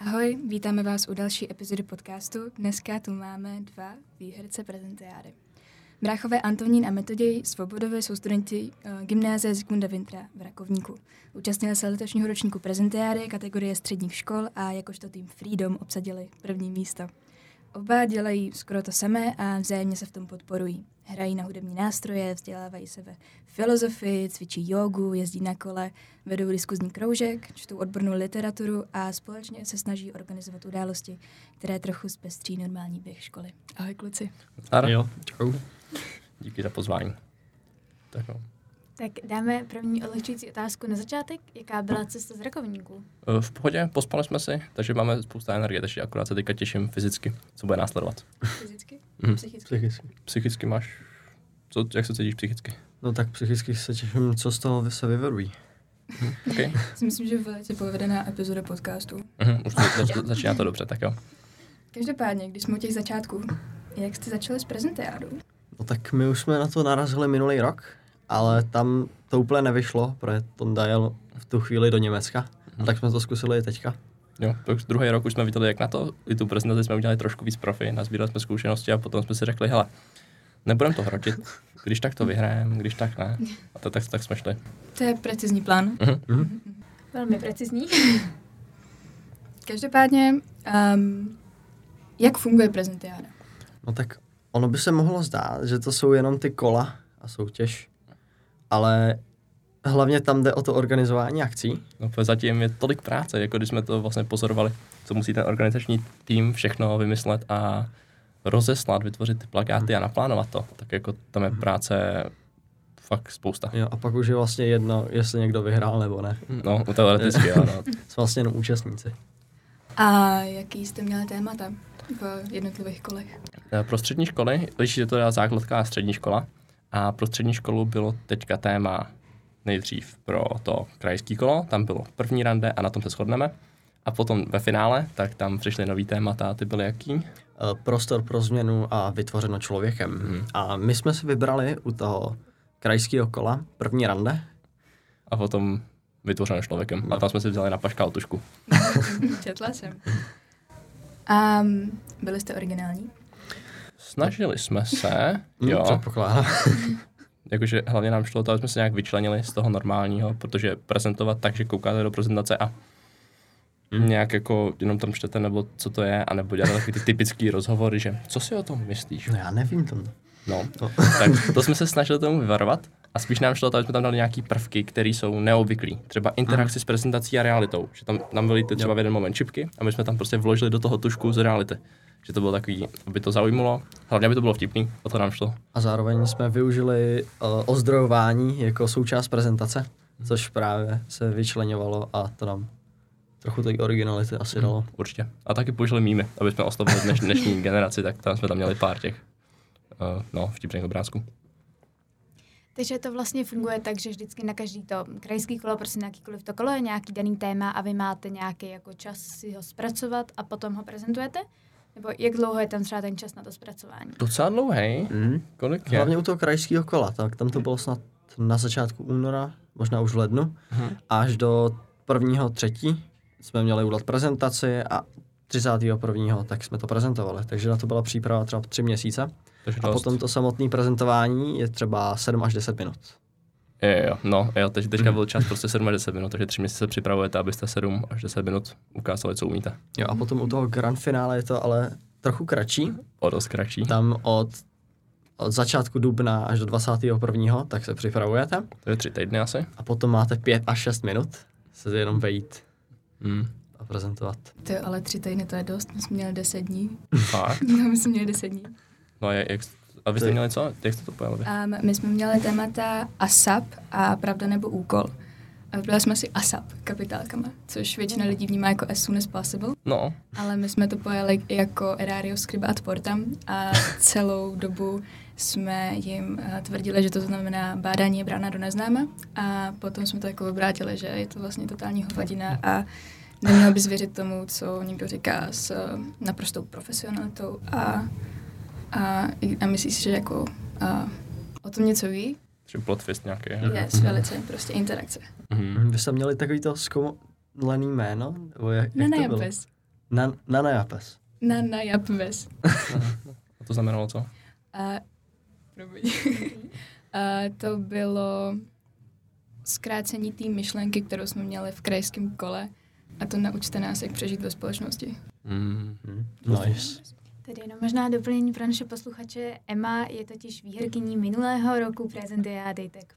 Ahoj, vítáme vás u další epizody podcastu. Dneska tu máme dva výherce prezentiády. Bráchové Antonín a Metoděj Svobodové jsou studenti uh, gymnázie Zikmunda Vintra v Rakovníku. Účastnili se letošního ročníku prezentiády kategorie středních škol a jakožto tým Freedom obsadili první místo. Oba dělají skoro to samé a vzájemně se v tom podporují. Hrají na hudební nástroje, vzdělávají se ve filozofii, cvičí jogu, jezdí na kole, vedou diskuzní kroužek, čtou odbornou literaturu a společně se snaží organizovat události, které trochu zpestří normální běh školy. Ahoj kluci. Ar, Jo, čau. Díky za pozvání. Tak jo. Tak dáme první odlehčující otázku na začátek. Jaká byla cesta z rakovníků? E, V pohodě, pospali jsme si, takže máme spousta energie, takže akorát se teďka těším fyzicky, co bude následovat. Fyzicky? Mhm. Psychicky? Psychicky. Psychicky máš, co, jak se cítíš psychicky? No tak psychicky se těším, co z toho se vyverují. OK? Si myslím, že velice povedená epizoda podcastu. Mhm, už to zač- začíná to dobře, tak jo. Každopádně, když jsme u těch začátků, jak jste začali s prezentiádou? No tak my už jsme na to narazili minulý rok, ale tam to úplně nevyšlo, protože Tom dajel v tu chvíli do Německa. A tak jsme to zkusili i teďka. Jo, tak druhý rok už jsme viděli, jak na to. I tu prezentaci jsme udělali trošku víc profi, nazbírali jsme zkušenosti a potom jsme si řekli, hele, nebudeme to hrotit, když tak to vyhrajeme, když tak ne. A to, tak, tak jsme šli. To je precizní plán. Mhm. Velmi precizní. Každopádně, um, jak funguje prezentiáda? No tak ono by se mohlo zdát, že to jsou jenom ty kola a soutěž, ale hlavně tam jde o to organizování akcí. No, protože zatím je tolik práce, jako když jsme to vlastně pozorovali, co musí ten organizační tým všechno vymyslet a rozeslat, vytvořit ty plakáty a naplánovat to. Tak jako tam je práce fakt spousta. Jo, a pak už je vlastně jedno, jestli někdo vyhrál nebo ne. No, teoreticky, jo, no. Jsme vlastně jenom účastníci. A jaký jste měla témata v jednotlivých kolech? Eh, Pro střední školy, liší se to teda základka a střední škola. A pro střední školu bylo teďka téma nejdřív pro to krajský kolo, tam bylo první rande a na tom se shodneme. A potom ve finále, tak tam přišly nový témata, ty byly jaký? Eh, prostor pro změnu a vytvořeno člověkem. Mhm. A my jsme si vybrali u toho krajského kola první rande. A potom vytvořeno člověkem. A tam jsme si vzali na paškal tušku. Četla jsem. A um, byli jste originální? Snažili jsme se, Hm, jo, Předpokládám. jakože hlavně nám šlo to, aby jsme se nějak vyčlenili z toho normálního, protože prezentovat tak, že koukáte do prezentace a nějak jako jenom tam čtete, nebo co to je, anebo děláte takový ty typický rozhovory, že co si o tom myslíš? No já nevím to. No, tak to jsme se snažili tomu vyvarovat a spíš nám šlo to, aby jsme tam dali nějaký prvky, které jsou neobvyklý. Třeba interakci s prezentací a realitou, že tam nám byly ty třeba v jeden moment čipky a my jsme tam prostě vložili do toho tušku z reality. Že to bylo takový, aby to zaujímalo, hlavně aby to bylo vtipný, o to nám šlo. A zároveň jsme využili uh, ozdrojování jako součást prezentace, což právě se vyčlenovalo a to nám trochu té originality asi Mhm. dalo. Určitě. A taky použili mými, aby jsme oslovili dneš, dnešní generaci, tak tam jsme tam měli pár těch uh, no, vtipných obrázků. Takže to vlastně funguje tak, že vždycky na každý to krajský kolo, prostě na jakýkoliv to kolo je nějaký daný téma a vy máte nějaký jako čas si ho zpracovat a potom ho prezentujete? Nebo jak dlouho je tam třeba ten čas na to zpracování? Docela dlouhý. Mm. Kolik je? Hlavně u toho krajského kola, tak tam to bylo snad na začátku února, možná už v lednu, Mhm. až do prvního třetí jsme měli udělat prezentaci a 31. tak jsme to prezentovali, takže na to byla příprava třeba tři měsíce Takže a dost. potom to samotné prezentování je třeba 7 až 10 minut. Jo, jo, jo, no, jo, teď, teďka byl čas prostě 7 až 10 minut, takže 3 měsíce připravujete, abyste 7 až 10 minut ukázali, co umíte. Jo, a potom u toho grand finále je to ale trochu kratší, O dost kratší. tam od, od začátku dubna až do 21. tak se připravujete To je 3 týdny asi. a potom máte 5 až 6 minut se jenom vejít Mm. a prezentovat. To je ale tři týdny, to je dost. My jsme měli deset dní. Fakt. No, my jsme měli deset dní. No, je, jak, a vy To jste je- měli co? Jak jste to pojeli? Um, my jsme měli témata ASAP a pravda nebo úkol. A vybrali jsme si ASAP kapitálkama, což většina lidí vnímá jako as soon as possible, No, ale my jsme to pojeli jako erario scribat portam a celou dobu jsme jim eh, tvrdili, že to znamená bádání je brána do neznáma a potom jsme to jako obrátili, že je to vlastně totální hovadina a Neměl bys věřit tomu, co někdo říká s eh, naprostou profesionalitou a, a, a myslíš si, že jako a, o tom něco ví? Třeba plot twist nějaký. Yes, velice, prostě interakce. Mhm. Vy jste měli takový to zkomolený jméno? Nebo jak, jak Nana to bylo? Japes. Na, Nana Japes. Nana Japes. A to znamenalo co? A, promiň. a to bylo zkrácení té myšlenky, kterou jsme měli v krajském kole a to naučte nás, jak přežít ve společnosti. Mm. Hm, Nice. Tedy jenom možná doplnění pro naše posluchače. Emma je totiž výherkyní minulého roku prezentiády, tak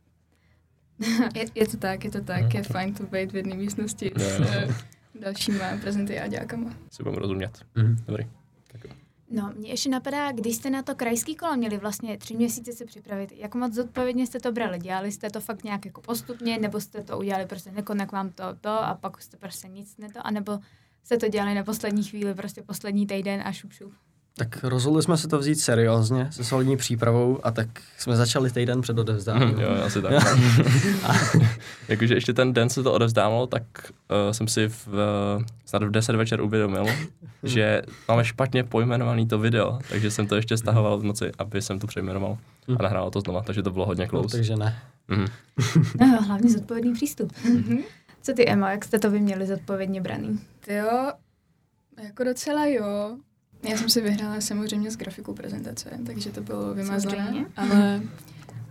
Je, je to tak, je to tak, je fajn to být v jedné místnosti Jo, s jo. eh, dalšíma prezenty a děkama. Si budeme rozumět. Mhm. Dobrý. Tak, jo. No, mě ještě napadá, když jste na to krajský kolo měli vlastně tři měsíce se připravit, jak moc zodpovědně jste to brali? Dělali jste to fakt nějak jako postupně, nebo jste to udělali prostě nekonak vám to, to a pak jste prostě nic ne to, anebo jste to dělali na poslední chvíli, prostě poslední týden a šup, šup. Tak rozhodli jsme se to vzít seriózně, se solidní přípravou a tak jsme začali týden před odevzdáním. Mhm. jo, asi tak. Jakože ještě ten den se to odevzdávalo, tak uh, jsem si v, uh, snad v 10 večer uvědomil, že máme špatně pojmenovaný to video, takže jsem to ještě stahoval v noci, aby jsem to přejmenoval a nahrál to znova, takže to bylo hodně No, close. Mhm. takže ne. Mhm. No jo, hlavně zodpovědný přístup. Co ty, Emma, jak jste to vy měli zodpovědně braný? Ty jo, jako docela jo. Já jsem si vyhrála samozřejmě z grafiku prezentace, takže to bylo vymazlené, Samozřejmě. ale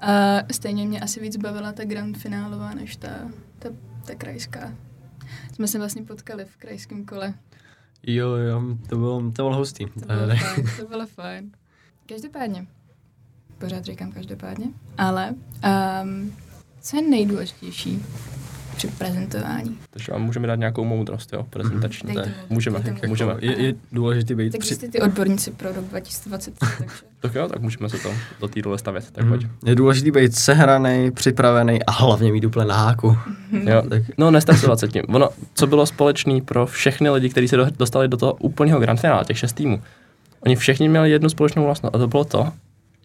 a stejně mě asi víc bavila ta grand finálová než ta, ta, ta krajská. Jsme se vlastně potkali v krajském kole. Jo, jo, to bylo, to bylo hustý. Eh, To bylo fajn, to bylo fajn. Každopádně, pořád říkám každopádně, ale um, co je nejdůležitější při prezentování? Takže vám můžeme dát nějakou moudrost, jo, prezentační. Dej to Tak, moudrost, Můžeme, dej to můžeme. moudrost. jako Je, je důležité být Takže při... jste ty odborníci pro rok 2020, takže Tak jo, tak můžeme se to do té role stavět, tak Mhm. pojď. Je důležité být sehraný, připravený a hlavně mít úplně na háku. Jo, Tak. no nestresovat se tím. Ono, co bylo společný pro všechny lidi, kteří se do- dostali do toho úplného grand finále, těch šest týmů, oni všichni měli jednu společnou vlastnost a to bylo to,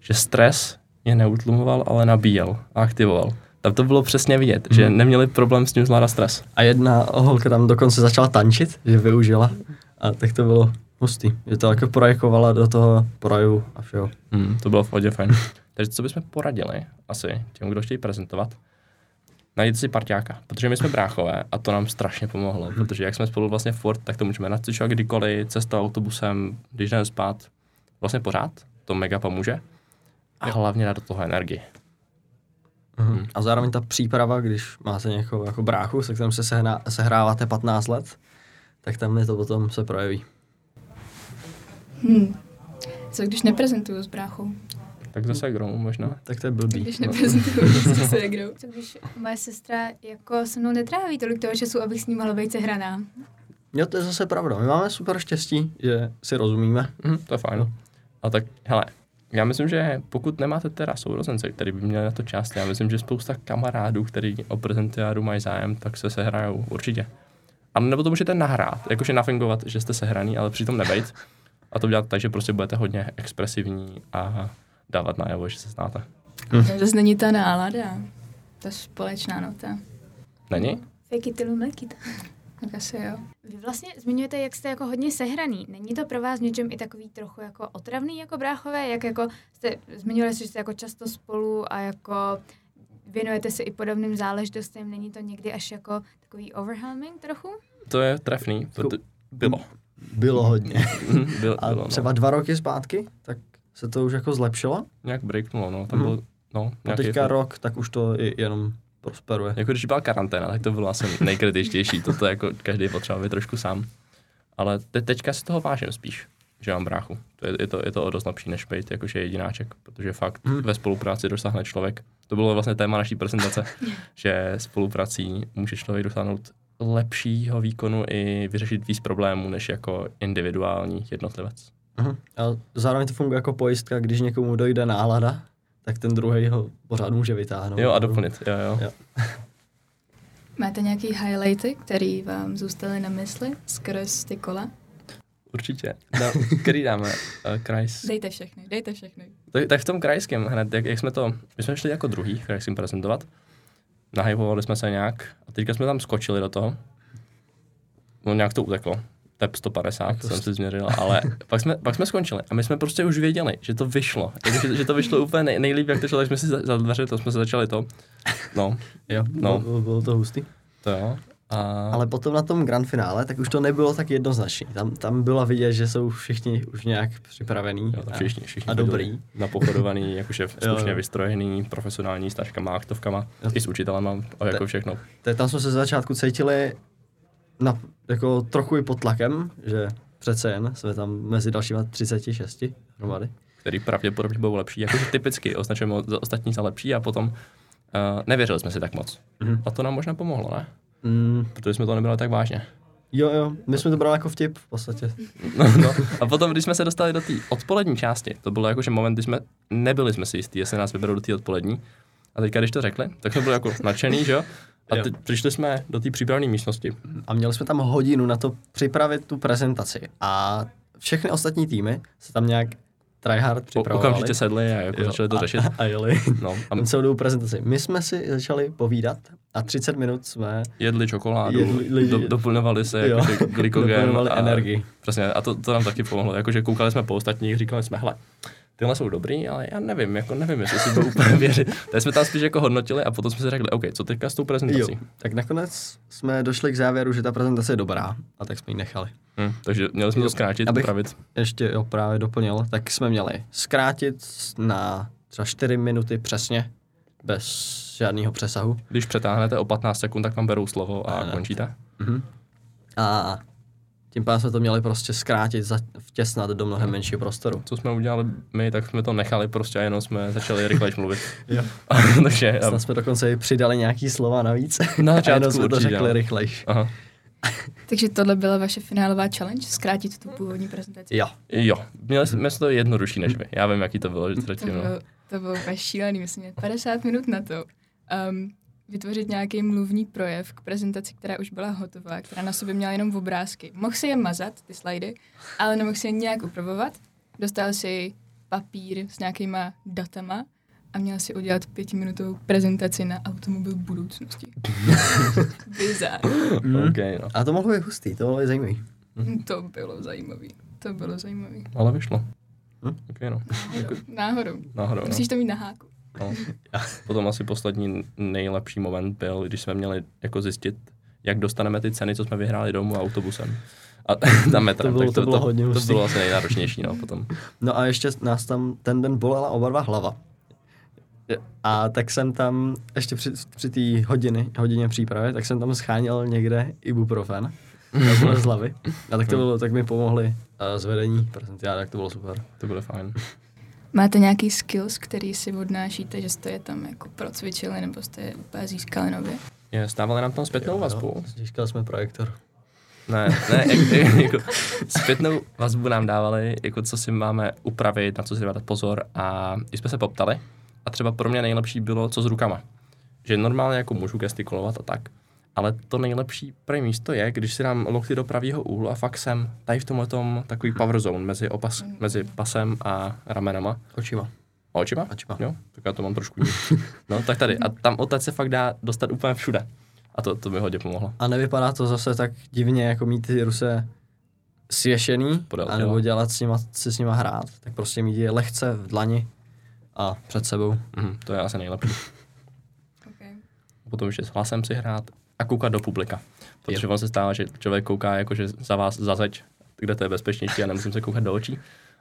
že stres je neutlumoval, ale nabíjel a aktivoval. Tam to bylo přesně vidět, že neměli problém s tím zvládat stres. A jedna holka tam dokonce začala tančit, že využila. A tak to bylo hustý. Že to jako projekovala do toho projevu a všeho. Hmm, to bylo v hodě fajn. Takže co bychom poradili asi těm, kdo chtějí prezentovat? Najít si parťáka, protože my jsme bráchové a to nám strašně pomohlo, protože jak jsme spolu vlastně furt, tak to můžeme nacvičovat kdykoliv, cesta autobusem, když jdeme spát, vlastně pořád, to mega pomůže. A hlavně dát do toho energii. Mhm. A zároveň ta příprava, když máte někoho jako bráchu, se kterým se sehná, sehráváte 15 let, tak tam je to potom se projeví. Hmm. Co když neprezentuju s bráchou? Tak zase gromu možná. No, Tak to je Co blbý. když neprezentuju se segrou? Co když moje sestra jako se mnou netráví tolik toho času, abych s ní mohla být sehraná? Jo, to je zase pravda. My máme super štěstí, že si rozumíme. Mhm, to je fajn. A tak, hele, já myslím, že pokud nemáte teda sourozence, který by měl na to část, já myslím, že spousta kamarádů, který o prezentiádu mají zájem, tak se sehrajou určitě. A nebo to můžete nahrát, jakože nafingovat, že jste sehraný, ale přitom nebejt. A to dělat tak, že prostě budete hodně expresivní a dávat najevo, že se znáte. To zase není ta nálada. Ta společná nota. Není? Fake it till you make it. Tak asi jo. Vy vlastně zmiňujete, jak jste jako hodně sehraný. Není to pro vás v něčem i takový trochu jako otravný jako bráchové? Jak jako jste zmiňovali, jste, že jste jako často spolu a jako věnujete se i podobným záležitostem. Není to někdy až jako takový overwhelming trochu? To je trefný. Proto... Bylo. Bylo hodně. Mhm, Bylo, A bylo no. třeba dva roky zpátky, tak se to už jako zlepšilo. Nějak breaknulo, no. Tam Mhm. bylo, no, A nějaký teďka rok, tak už to i jenom prosperuje. Jako když byla karanténa, tak to bylo asi nejkritičtější. Toto jako každý potřeba být trošku sám. Ale te, teďka si toho vážím spíš, že mám bráchu. To je, je, to, je to o dost lepší než být jakože jedináček, protože fakt Hmm. hmm. ve spolupráci dosáhne člověk. To bylo vlastně téma naší prezentace, že spoluprací může člověk dosáhnout lepšího výkonu i vyřešit víc problémů než jako individuální jednotlivec. Mhm. A zároveň to funguje jako pojistka, když někomu dojde nálada, tak ten druhý ho pořád může vytáhnout. Jo, a doplnit, jo, No, jo. Jo. Máte nějaký highlighty, který vám zůstaly na mysli skrz ty kola? Určitě. No, který dáme? Uh, krajs, Dejte všechny, dejte všechny. Tak, tak v tom krajském hned, jak, jak jsme to, my jsme šli jako druhý v krajském prezentovat, nahypovali jsme se nějak a teďka jsme tam skočili do toho. no nějak to uteklo. Tep 150 Jako jsem si změřil, ale pak jsme, pak jsme skončili a my jsme prostě už věděli, že to vyšlo. Jako, že, že to vyšlo úplně nej, nejlíp, jak to šlo, tak jsme si za, za dveře, to jsme se začali to. No, Jo, No. bylo, bylo to hustý. to jo. A, Ale potom na tom grand finále, tak už to nebylo tak jednoznačný. Tam, tam byla vidět, že jsou všichni už nějak připravení jo, tak a, všichni, všichni a byli dobrý. Napochodovaný, jako šéf, Jo, slušně jo. vystrojený, profesionální, s taškama, aktovkama, Jo. i s učitelema, a jako všechno. Tak tam jsme se z začátku cítili na, jako trochu i pod tlakem, že přece jen jsme tam mezi dalšíma 36 hromady. který pravděpodobně budou lepší. Jakože typicky označujeme za ostatní za lepší a potom uh, nevěřili jsme si tak moc. Mhm. A to nám možná pomohlo, ne? Mm, Protože jsme to nebrali tak vážně. jo, jo, my jsme to brali jako vtip v podstatě. No, no. A potom, když jsme se dostali do té odpolední části, to bylo jakože moment, kdy jsme nebyli jsme si jistí, jestli nás vyberou do té odpolední. A teďka, když to řekli, tak jsme byli jako nadšený, že jo? A Jo. teď přišli jsme do té přípravné místnosti. A měli jsme tam hodinu na to připravit tu prezentaci. A všechny ostatní týmy se tam nějak tryhard Po, připravovali. okamžitě sedli a jako Jo, začali to a- řešit. A jeli. No, a Tam celou dobu prezentaci. My jsme si začali povídat a 30 minut jsme jedli čokoládu, Jedli lidi- do, doplňovali se Jo. jakože glykogen. Doplňovali a, energii. Přesně, a to, to nám taky pomohlo. Jakože koukali jsme po ostatních, říkali jsme, hele, tyhle jsou dobrý, ale já nevím, jako nevím, jestli si budu úplně věřit. Tak jsme tam spíš jako hodnotili a potom jsme si řekli, OK, co teďka s tou Jo. prezentací? Tak nakonec jsme došli k závěru, že ta prezentace je dobrá a tak jsme ji nechali. Hm, takže měli jsme to zkrátit, Abych- upravit. Ještě jo, právě doplnil, tak jsme měli zkrátit na třeba 4 minuty přesně, bez žádného přesahu. Když přetáhnete o 15 sekund, tak vám berou slovo a Ano. končíte. Mhm. A tím pádem jsme to měli prostě zkrátit, za- vtěsnat do mnohem menšího prostoru. Co jsme udělali my, tak jsme to nechali prostě a jenom jsme začali rychlejš mluvit. Jo. takže, Snad jsme dokonce i přidali nějaký slova navíc. Na a začátku jenom jsme to určitě, řekli no. rychlejš. aha. Takže tohle byla vaše finálová challenge, zkrátit tu původní prezentaci. Jo. Jo, měli jsme jsme to jednodušší než vy. Já vím, jaký to bylo, že To předtím. No. bylo, to bylo úplně šílený, myslím, měli 50 minut na to. Um, vytvořit nějaký mluvní projev k prezentaci, která už byla hotová, která na sobě měla jenom obrázky. Mohl si je mazat, ty slajdy, ale nemohl si je nějak upravovat. Dostal si papír s nějakýma datama a měl si udělat pětiminutovou prezentaci na automobil budoucnosti. Bizar. eh. Okay, no. A to mohlo být hustý, to mohlo být zajímavý. To bylo zajímavý. To bylo zajímavý. Ale vyšlo. Hm? Okay, no. Náhodou. Náhodou. Náhodou, no. Musíš to mít na háku. No. Potom asi poslední nejlepší moment byl, když jsme měli jako zjistit, jak dostaneme ty ceny, co jsme vyhráli domů autobusem. A tam metrem. bylo- tak to bylo hodně to, to hustý. bylo asi nejnáročnější, no, potom. No a ještě nás tam ten den bolela oba dva hlava. A tak jsem tam ještě při, při té hodiny, hodině přípravy, tak jsem tam scháněl někde ibuprofen na bolest hlavy. A tak to Hmm. bylo, tak mi pomohli eh, zvedení prezentiáda, tak to bylo super. To bylo fajn. Máte nějaký skills, který si odnášíte, že jste je tam jako procvičili nebo jste je úplně získali nově? Je, stávali nám tam zpětnou Jo, vazbu? Získali jsme projektor. Ne, ne, jak, jako, zpětnou vazbu nám dávali, jako co si máme upravit, na co si dávat pozor a když jsme se poptali, a třeba pro mě nejlepší bylo, co s rukama. Že normálně jako můžu gestikulovat a tak, ale to nejlepší první místo je, když si dám lokty do pravého úhlu a fakt jsem tady v tomhle tom takový power zone mezi, opas, mezi pasem a ramenama. Očima. A očima? Očima. Jo, tak já to mám trošku jiný. No, tak tady. A tam odtud se fakt dá dostat úplně všude. A to, to mi hodně pomohlo. A nevypadá to zase tak divně, jako mít ty ruse svěšený, Podél těla. anebo dělat s nima, si s nima hrát, tak prostě mít je lehce v dlani a před sebou. Mhm, to je asi nejlepší. Okay. potom ještě s hlasem si hrát a koukat do publika. Protože Jo. on se stává, že člověk kouká jakože za vás za zeď, kde to je bezpečnější a nemusím se koukat do očí.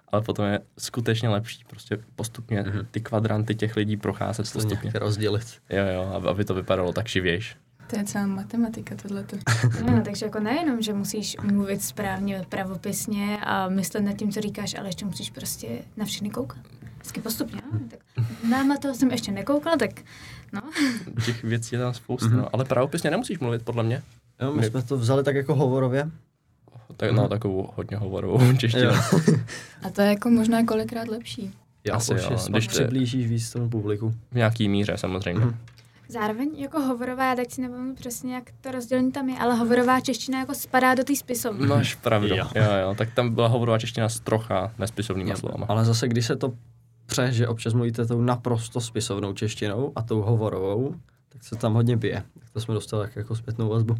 Ale potom je skutečně lepší prostě postupně ty kvadranty těch lidí procházet Mhm. To postupně. nějak rozdělit. Jo, jo, aby- aby to vypadalo tak živějš. To je celá matematika tohleto. No, takže jako nejenom, že musíš mluvit správně pravopisně a myslet nad tím, co říkáš, ale ještě musíš prostě na všechny koukat. Vždycky postupně. No? Tak na Mateo jsem ještě nekoukala, tak no. Těch věcí je tam spousta, Mhm. no. ale pravopisně nemusíš mluvit, podle mě. Jo, my My- jsme to vzali tak jako hovorově. Tak, Mhm. no, takovou hodně hovorovou češtinu. A to je jako možná kolikrát lepší. Jo, Asi Asi jo, jo, když když to- přiblížíš víc tomu publiku. V nějaký míře samozřejmě. Mhm. Zároveň jako hovorová, já teď si nevím přesně, jak to rozdělení tam je, ale hovorová čeština jako spadá do té spisovny. No. Máš pravdu. Jo. Jo. jo, tak tam byla hovorová čeština s trocha nespisovnýma slovama. Ale zase, když se to pře, že občas mluvíte tou naprosto spisovnou češtinou a tou hovorovou, tak se tam hodně bije. Tak to jsme dostali tak jako zpětnou vazbu.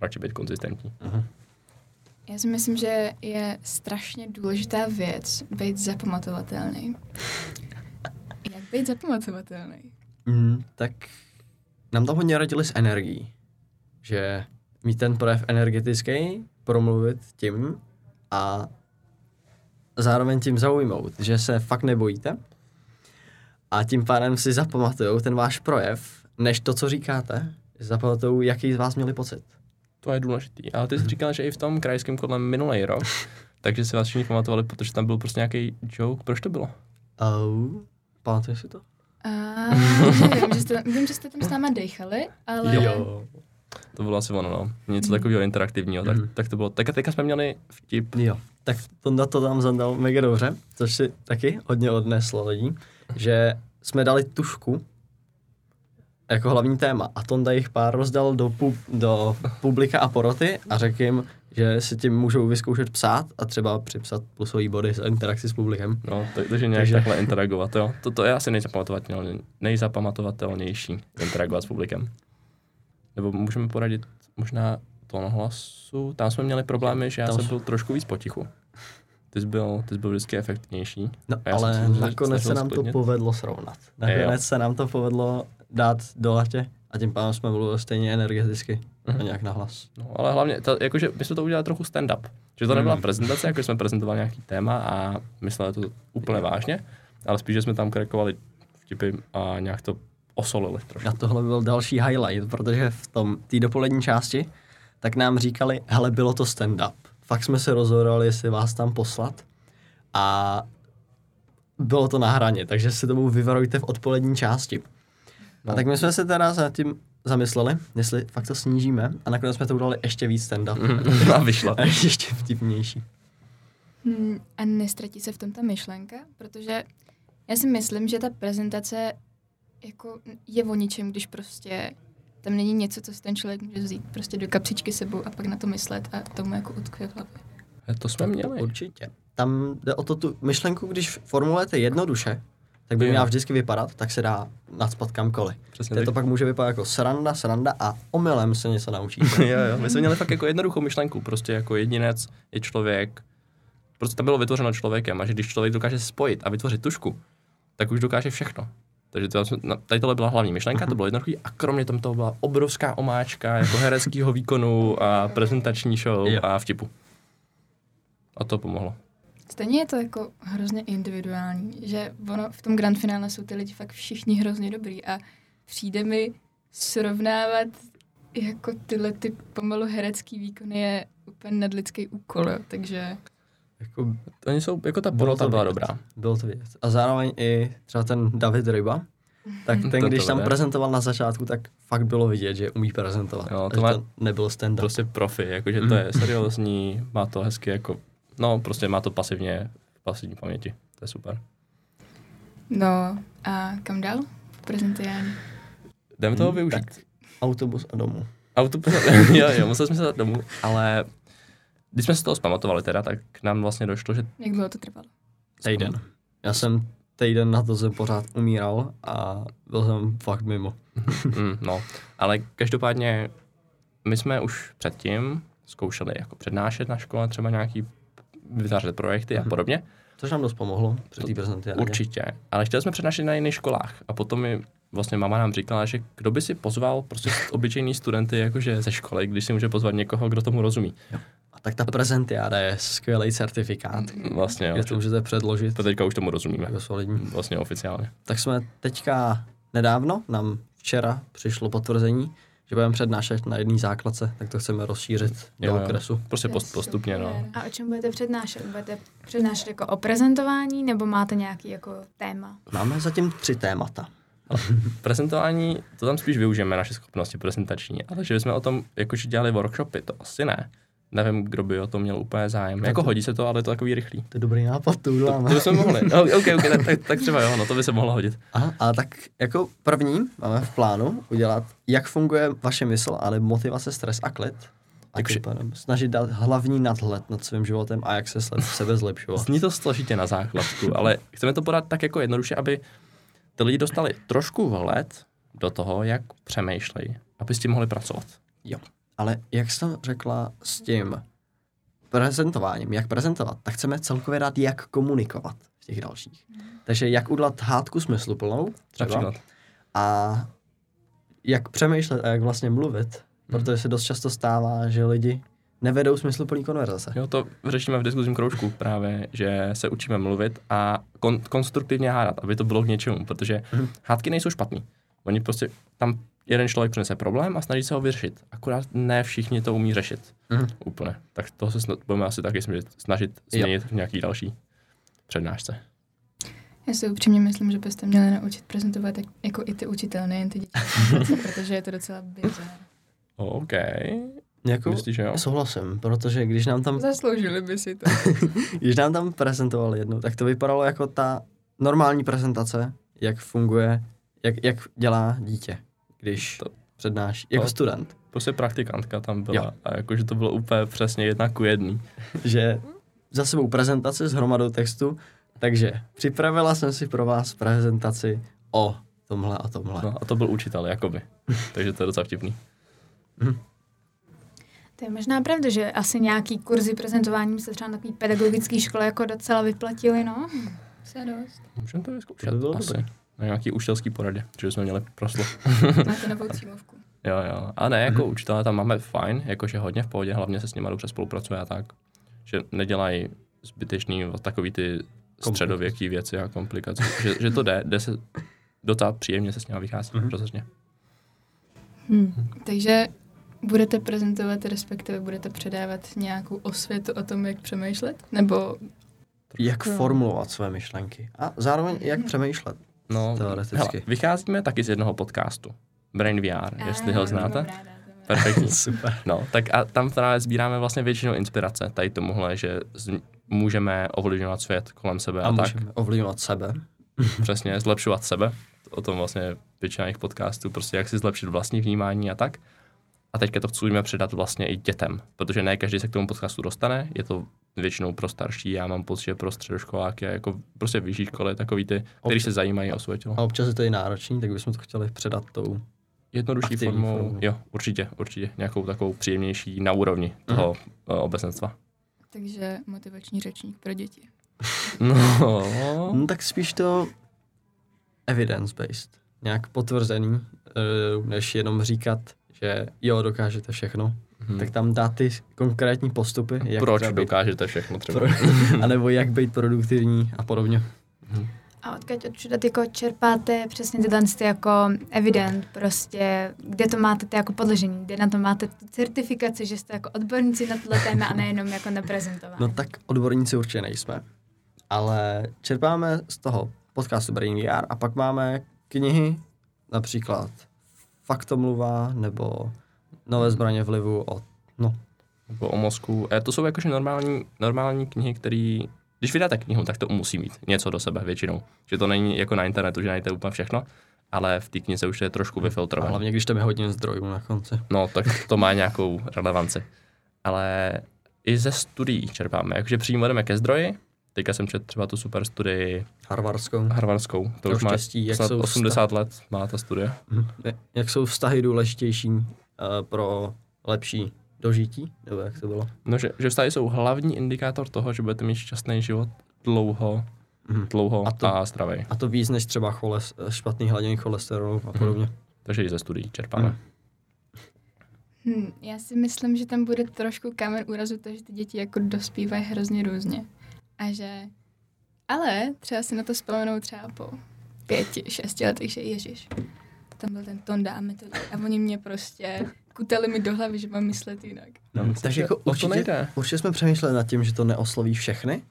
radši být konzistentní. Já si myslím, že je strašně důležitá věc být zapamatovatelný. Jak být zapamatovatelný? Mm, tak nám tam hodně radili s energií. Že mít ten projev energetický, promluvit tím a zároveň tím zaujmout, že se fakt nebojíte a tím pádem si zapamatujou ten váš projev, než to, co říkáte, zapamatujou, jaký z vás měli pocit. To je důležitý. Ale Mhm. ty jsi říkal, že i v tom krajském kole minulý rok, takže si vás všichni pamatovali, protože tam byl prostě nějaký joke. Proč to bylo? Oh. Pamatuješ si to? A, nevím, že jste, vím, že jste tam s náma dechali, ale... To bylo asi ono, no. Něco takového interaktivního, tak, Mhm. tak to bylo. Tak a teďka jsme měli vtip. Jo. Tak Tonda to tam zadal mega dobře, což si taky hodně odneslo lidí, že jsme dali tušku jako hlavní téma a Tonda jich pár rozdal do, pub, do publika a poroty a řekl jim, že si tím můžou vyzkoušet psát a třeba připsat plusový body z interakci s publikem. No, tak- takže nějak Takže- takhle interagovat, jo. To, to je asi nejzapamatovatelně- nejzapamatovatelnější, interagovat s publikem. Nebo můžeme poradit možná tón hlasu. Tam jsme měli problémy, že já Tam jsem jsme- byl trošku víc potichu. Ty jsi byl, ty jsi byl vždycky efektnější. No, A já jsem ale se snažil- nakonec se snažil nám to splnit. povedlo srovnat. Nakonec jo. se nám to povedlo dát do latě a tím pádem jsme mluvili stejně energeticky a Mhm. nějak nahlas. No, ale hlavně, to, jakože my jsme to udělali trochu stand-up. Že to nebyla prezentace, jako jsme prezentovali nějaký téma a mysleli to úplně vážně, ale spíš, že jsme tam krakovali vtipy a nějak to osolili trošku. A tohle byl další highlight, protože v tom té dopolední části tak nám říkali, hele, bylo to stand-up. Fakt jsme se rozhodovali, jestli vás tam poslat a bylo to na hraně, takže se tomu vyvarujte v odpolední části. No. A tak my jsme se teda za tím zamysleli, jestli fakt to snížíme a nakonec jsme to udělali ještě víc stand-up. a vyšla. A ještě vtipnější. Hmm, a nestratí se v tom ta myšlenka? Protože já si myslím, že ta prezentace jako je o ničem, když prostě tam není něco, co si ten člověk může vzít prostě do kapsičky sebou a pak na to myslet a tomu jako utkve v hlavě. To jsme měli. Určitě. Tam jde o to tu myšlenku, když formulujete jednoduše, tak by Jo. měla vždycky vypadat, tak se dá nadspat kamkoliv. Přesně Teď to tak. pak může vypadat jako sranda, sranda a omylem se něco naučíte. jo, jo. My jsme měli fakt jako jednoduchou myšlenku, prostě jako jedinec je člověk, prostě to bylo vytvořeno člověkem a že když člověk dokáže spojit a vytvořit tušku, tak už dokáže všechno. Takže to, já jsem- na- tady tohle byla hlavní myšlenka, to bylo jednoduché a kromě tam toho byla obrovská omáčka jako hereckého výkonu a prezentační show Jo. a vtipu. A to pomohlo. Stejně je to jako hrozně individuální, že ono v tom grand finále jsou ty lidi fakt všichni hrozně dobrý a přijde mi srovnávat jako tyhle ty pomalu herecký výkony je úplně nadlidský úkol, jo. takže jako, Oni jsou, jako ta Bylo porota to byla vidět. dobrá. bylo to vidět. A zároveň i třeba ten David Ryba, tak ten, To když to tam vede. prezentoval na začátku, tak fakt bylo vidět, že umí prezentovat. Jo, Jo, tohle- tohle... to nebyl stand Prostě profi, jakože to je seriózní, má to hezky jako, no prostě má to pasivně, v pasivní paměti. To je super. no a kam dál? Prezentiální. Jdeme toho využít. Tak autobus a domů. Autobus, jo, jo, museli jsme se dát domů, ale když jsme se toho zpamatovali teda, tak k nám vlastně došlo, že Jak dlouho to trvalo? Týden. Já jsem týden na to jsem pořád umíral a byl jsem fakt mimo. mm, no, ale každopádně my jsme už předtím zkoušeli jako přednášet na škole třeba nějaký vytvářet projekty a Mhm. podobně. Což nám dost pomohlo při té prezentaci. Určitě. Ale chtěli jsme přednášet na jiných školách. A potom mi vlastně mama nám říkala, že kdo by si pozval prostě obyčejný studenty jakože ze školy, když si může pozvat někoho, kdo tomu rozumí. A tak ta prezentiáda je skvělý certifikát, Vlastně, jo. kde to můžete předložit To teďka už tomu rozumíme. jako solidní. Vlastně oficiálně. Tak jsme teďka nedávno, nám včera přišlo potvrzení, že budeme přednášet na jedné základce, tak to chceme rozšířit do Jo, jo. okresu. Prostě post, postupně, no. A o čem budete přednášet? Budete přednášet jako o prezentování nebo máte nějaký jako téma? Máme zatím tři témata. prezentování, to tam spíš využijeme naše schopnosti prezentační, ale že bychom o tom jakože dělali workshopy, to asi ne. Nevím, kdo by o to měl úplně zájem. Jako hodí se to, ale je to takový rychlý. To je dobrý nápad, to To bychom mohli. No, OK, OK, tak, tak, tak třeba jo, no to by se mohlo hodit. Aha, a tak jako první máme v plánu udělat, jak funguje vaše mysl, ale motivace, stres a klid. A Takže- tím pádem snažit dát hlavní nadhled nad svým životem a jak se sle- sebe zlepšovat. Zní to složitě na základku, ale chceme to podat tak jako jednoduše, aby ty lidi dostali trošku vhled do toho, jak přemýšlejí, aby s tím mohli pracovat. Jo. Ale jak jsi to řekla s tím prezentováním, jak prezentovat, tak chceme celkově dát, jak komunikovat v těch dalších. Takže jak udělat hádku smysluplnou, třeba, Například. a jak přemýšlet a jak vlastně mluvit, Mhm. protože se dost často stává, že lidi nevedou smysluplný konverzace. Jo, to řešíme v diskuzním kroužku právě, že se učíme mluvit a kon- konstruktivně hádat, aby to bylo k něčemu, protože Mhm. hádky nejsou špatný. Oni prostě, tam jeden člověk přinese problém a snaží se ho vyřešit. Akorát ne všichni to umí řešit. Mhm. Úplně. Tak to se snad, budeme asi taky snažit, snažit Jo. změnit v nějaký další přednášce. Já si upřímně myslím, že byste měli naučit prezentovat tak, jako i ty učitel, nejen ty děti, protože je to docela běžné. OK. Jako, Myslíš, že jo? souhlasím, protože když nám tam Zasloužili by si to. Když nám tam prezentovali jednou, tak to vypadalo jako ta normální prezentace, jak funguje, jak, jak dělá dítě, když to To- přednáší, jako to- student, Prostě praktikantka tam byla Jo. a jakože to bylo úplně přesně jedna ku jedný. že za sebou prezentace s hromadou textu, takže připravila jsem si pro vás prezentaci o tomhle a tomhle. No, a to byl učitel, jakoby. Takže to je docela vtipný. To je možná pravda, že asi nějaký kurzy prezentováním se třeba na takový pedagogické škole jako docela vyplatily, no. Se dost. Můžeme to vyzkoušet. To by bylo asi. dobré. Na nějaký učitelský poradě, že jsme měli proslov. Máte novou cílovku. jo, jo. A ne, jako učitelé tam máme fajn, jakože hodně v pohodě, hlavně se s nimi dobře spolupracuje a tak. Že nedělají zbytečný o takový ty středověký věci a komplikace. že, že to jde, jde se docela příjemně se s nimi vychází, Mhm. mm-hmm. rozhodně. Hmm. Takže budete prezentovat, respektive budete předávat nějakou osvětu o tom, jak přemýšlet? Nebo Jak Jo. formulovat své myšlenky a zároveň jak přemýšlet. No, Teoreticky. hele, vycházíme taky z jednoho podcastu. Brain VR, jestli ho znáte. Perfektní. Super. No, tak a tam právě sbíráme vlastně většinou inspirace tady tomuhle, že z, můžeme ovlivňovat svět kolem sebe a, A tak. můžeme ovlivňovat sebe. Přesně, zlepšovat sebe. O tom vlastně je většina jejich podcastů, prostě jak si zlepšit vlastní vnímání a tak. A teďka to chceme předat vlastně i dětem, protože ne každý se k tomu podcastu dostane, je to většinou pro starší, já mám pocit, že pro středoškoláky a jako prostě vyšší školy, takový ty, kteří se zajímají o své tělo. A občas je to i náročný, tak bychom to chtěli předat tou Jednodušší Aktivní formou, formou. jo, určitě, určitě, nějakou takovou příjemnější na úrovni toho Mhm. eh, obecenstva. Takže motivační řečník pro děti. No, No tak spíš to evidence-based, nějak potvrzený, eh, než jenom říkat, že jo, dokážete všechno, Mhm. tak tam dát ty konkrétní postupy, jak proč třeba být, dokážete všechno třeba? pro, anebo jak být produktivní a podobně. A odkud odčudat jako čerpáte přesně tyhle ty jako evident, prostě, kde to máte ty jako podložení, kde na to máte tu certifikaci, že jste jako odborníci na tohle téma a nejenom jako na prezentování. No tak odborníci určitě nejsme, ale čerpáme z toho podcastu Brain VR a pak máme knihy, například Faktomluva nebo Nové zbraně vlivu od, no, Nebo o mozku. E, to jsou jakože normální, normální knihy, které když vydáte knihu, tak to musí mít něco do sebe většinou. Že to není jako na internetu, že najdete úplně všechno, ale v té knize už je trošku a vyfiltrované. hlavně když tam je hodně zdrojů na konci. No, tak to má nějakou relevanci. Ale i ze studií čerpáme. Jakože přímo jdeme ke zdroji, Teďka jsem četl třeba tu super studii Harvardskou. harvardskou. To Pro už má štěstí, jak snad jsou 80 let, má ta studie. Je- Jak jsou vztahy důležitější uh, pro lepší dožití? Nebo jak to bylo? No, že, že vztahy jsou hlavní indikátor toho, že budete mít šťastný život dlouho, Mhm. dlouho A a, to- to... a zdravý. A to víc než třeba choles, eh, špatný hladiny cholesterolu a podobně. Takže i ze studií čerpáme. Mhm. Hmm, já si myslím, že tam bude trošku kamen úrazu to, že ty děti jako dospívají hrozně různě. A že... Ale třeba si na to vzpomenou třeba po pěti, šesti letech, že ježiš, tam byl ten Tonda a metoda. A oni mě prostě kutali mi do hlavy, že mám myslet jinak. No, Takže jako o to určitě, nejde. určitě jsme přemýšleli nad tím, že to neosloví všechny,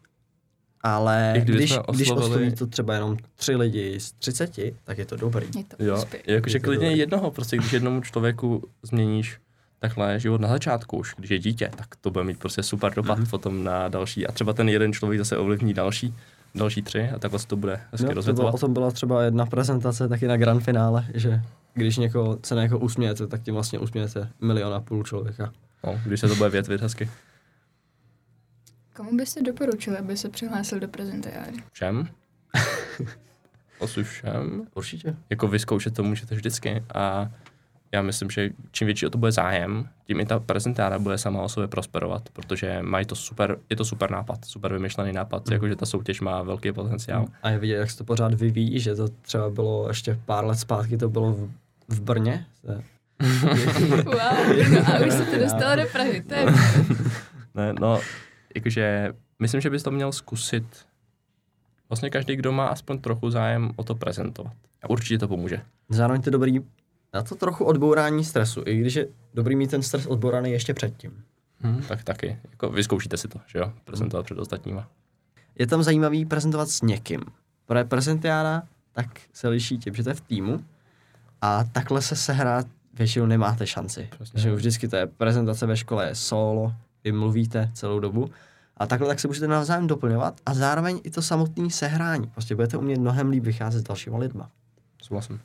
ale I kdyby když, jsme když oslovili- osloví to třeba jenom tři lidi z 30, tak je to dobrý. Je to Jo, úspěch. jakože Je to klidně dobrý. jednoho, prostě když jednomu člověku změníš takhle život na začátku už, když je dítě, tak to bude mít prostě super dopad Mhm. mm-hmm. potom na další a třeba ten jeden člověk zase ovlivní další, další tři a takhle se to bude hezky no, No, to bylo, rozvětovat. o tom byla třeba jedna prezentace taky na grand finále, že když někoho, se na někoho usmějete, tak tím vlastně usmějete milion a půl člověka. No, když se to bude větvit hezky Komu byste doporučil, aby se přihlásil do prezentajáry? všem, asi všem, Určitě. jako vyzkoušet to můžete vždycky a já myslím, že čím větší o to bude zájem, tím i ta prezentáda bude sama o sobě prosperovat, protože mají to super, je to super nápad, super vymyšlený nápad, jakože ta soutěž má velký Mm. potenciál. No. A je vidět, jak se to pořád vyvíjí, že to třeba bylo ještě pár let zpátky, to bylo v, v Brně. se- Wow, no a už se to dostalo do Prahy, to je Ne, no, jakože myslím, že bys to měl zkusit vlastně každý, kdo má aspoň trochu zájem o to prezentovat. A určitě to pomůže. Zároveň to je dobrý na to trochu odbourání stresu, i když je dobrý mít ten stres odbouraný ještě předtím. Hmm. Tak taky, jako vyzkoušíte si to, že jo, prezentovat před ostatníma. Je tam zajímavý prezentovat s někým. Pro prezentiána tak se liší tím, že to je v týmu a takhle se sehrát většinou nemáte šanci. Přesně. Že už vždycky to je prezentace ve škole je solo, vy mluvíte celou dobu a takhle tak se můžete navzájem doplňovat a zároveň i to samotné sehrání. Prostě budete umět mnohem líp vycházet s dalšíma lidma. Souhlasím.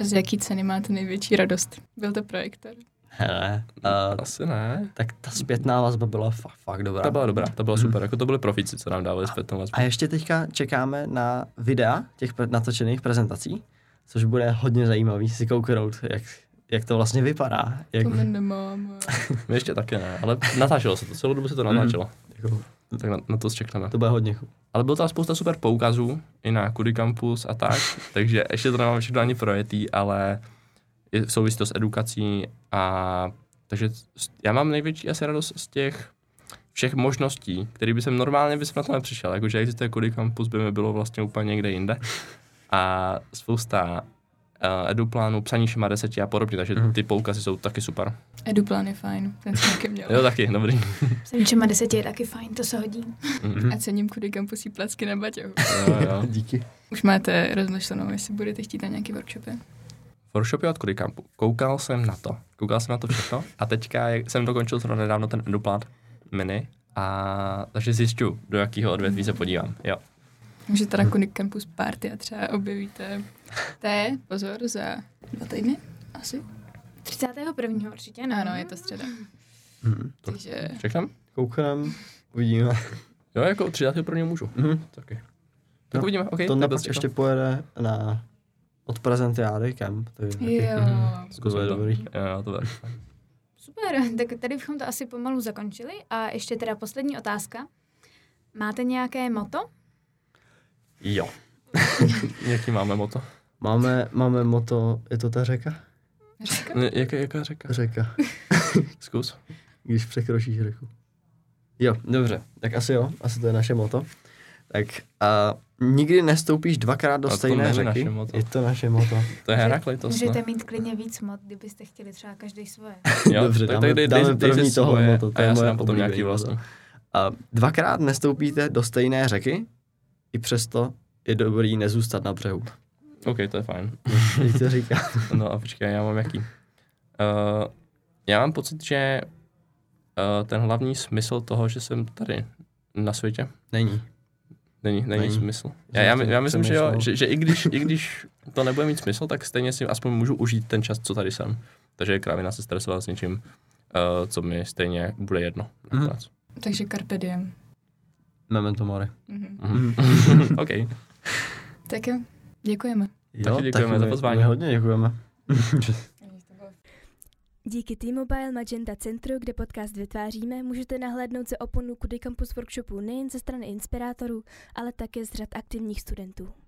Z jaký ceny máte největší radost? Byl to projektor. Hele, uh, Asi ne. tak ta zpětná vazba byla fakt, fakt dobrá. Ta byla dobrá, ta byla super, jako to byly profici, co nám dávali zpětnou vazbu. A ještě teďka čekáme na videa těch pre- natočených prezentací, což bude hodně zajímavý si kouknout, jak, jak to vlastně vypadá. Jak, Pomen do mám. My ještě taky ne, ale natáčelo se to, celou dobu se to natáčelo. jako, Tak na, na to zčekneme. to bude hodně cool. Ale bylo tam spousta super poukazů, i na Kudy Campus a tak, takže ještě to nemám všechno ani projetý, ale je- souvisí to s edukací a takže s- já mám největší asi radost z těch všech možností, které by jsem normálně by jsem na to nepřišel, jakože existuje Kudy Campus, by mi bylo vlastně úplně někde jinde a spousta uh, eduplánů, psaní šima deseti a podobně, takže ty poukazy jsou taky super. Eduplan je fajn, ten jsem taky měl. Jo, taky, dobrý. Jsem čema deseti je taky fajn, to se hodí. A cením kudy kampusí placky na baťohu. Jo, jo. Díky. Už máte rozmyšlenou, jestli budete chtít na nějaký workshopy. Photoshopy od Kudikampu. Koukal jsem na to. Koukal jsem na to všechno. A teďka jak jsem dokončil zrovna nedávno ten Eduplán mini. A takže zjišťu, do jakého odvětví se podívám. Jo. Může teda Kudy Campus Party a třeba objevíte. To je, pozor, za dva týdny asi. 31. určitě, no, ne? Ano, je to středa. Mhm. Takže Řeknám? Koukneme, uvidíme. Jo, jako 31. můžu. Mhm. Taky. Tak No, uvidíme, OK. prostě to tak napak bez těchto. ještě pojede na od prezentiády camp. To je taky- jo. to Zkusím bude to. dobrý. Jo, to bude. Super, tak tady bychom to asi pomalu zakončili. A ještě teda poslední otázka. Máte nějaké moto? Jo. Jaký máme moto? Máme, máme moto, je to ta řeka? Řeka? Ne, Jaká, jaká řeka? Řeka, Zkus. když překročíš řeku. Jo, dobře, tak asi jo, asi to je naše moto. Tak a nikdy nestoupíš dvakrát do A to stejné není řeky. naše moto. Je to naše moto. To je Heraklitos, Můžete ne? mít klidně víc mot, kdybyste chtěli třeba každý svoje. Jo, Dobře, tak, dáme- tak dej- dej- dáme dej si první toho svoje moto, to a je já si moje dám potom oblíbený nějaký moto. vlastní. A dvakrát nestoupíte do stejné řeky, i přesto je dobrý nezůstat na břehu. OK, to je fajn. Jak to říká. No a počkej, já mám jaký? Uh, já mám pocit, že uh, ten hlavní smysl toho, že jsem tady na světě, Není. není, není, Není. smysl. Já Já, já, jsem my- já myslím, že jo, přemýšlel. že, že i, když, i když to nebude mít smysl, tak stejně si aspoň můžu užít ten čas, co tady jsem. Takže kravina se stresovala s něčím, uh, co mi stejně bude jedno. Mhm. Mm. Takže Carpe diem. Memento mori. Mhm. Hm. OK, Tak jo, děkujeme. děkujeme my- za pozvání. My hodně děkujeme. Díky T-Mobile Magenta Centru, kde podcast vytváříme, můžete nahlédnout za oponu Kudy Campus Workshopu nejen ze strany inspirátorů, ale také z řad aktivních studentů.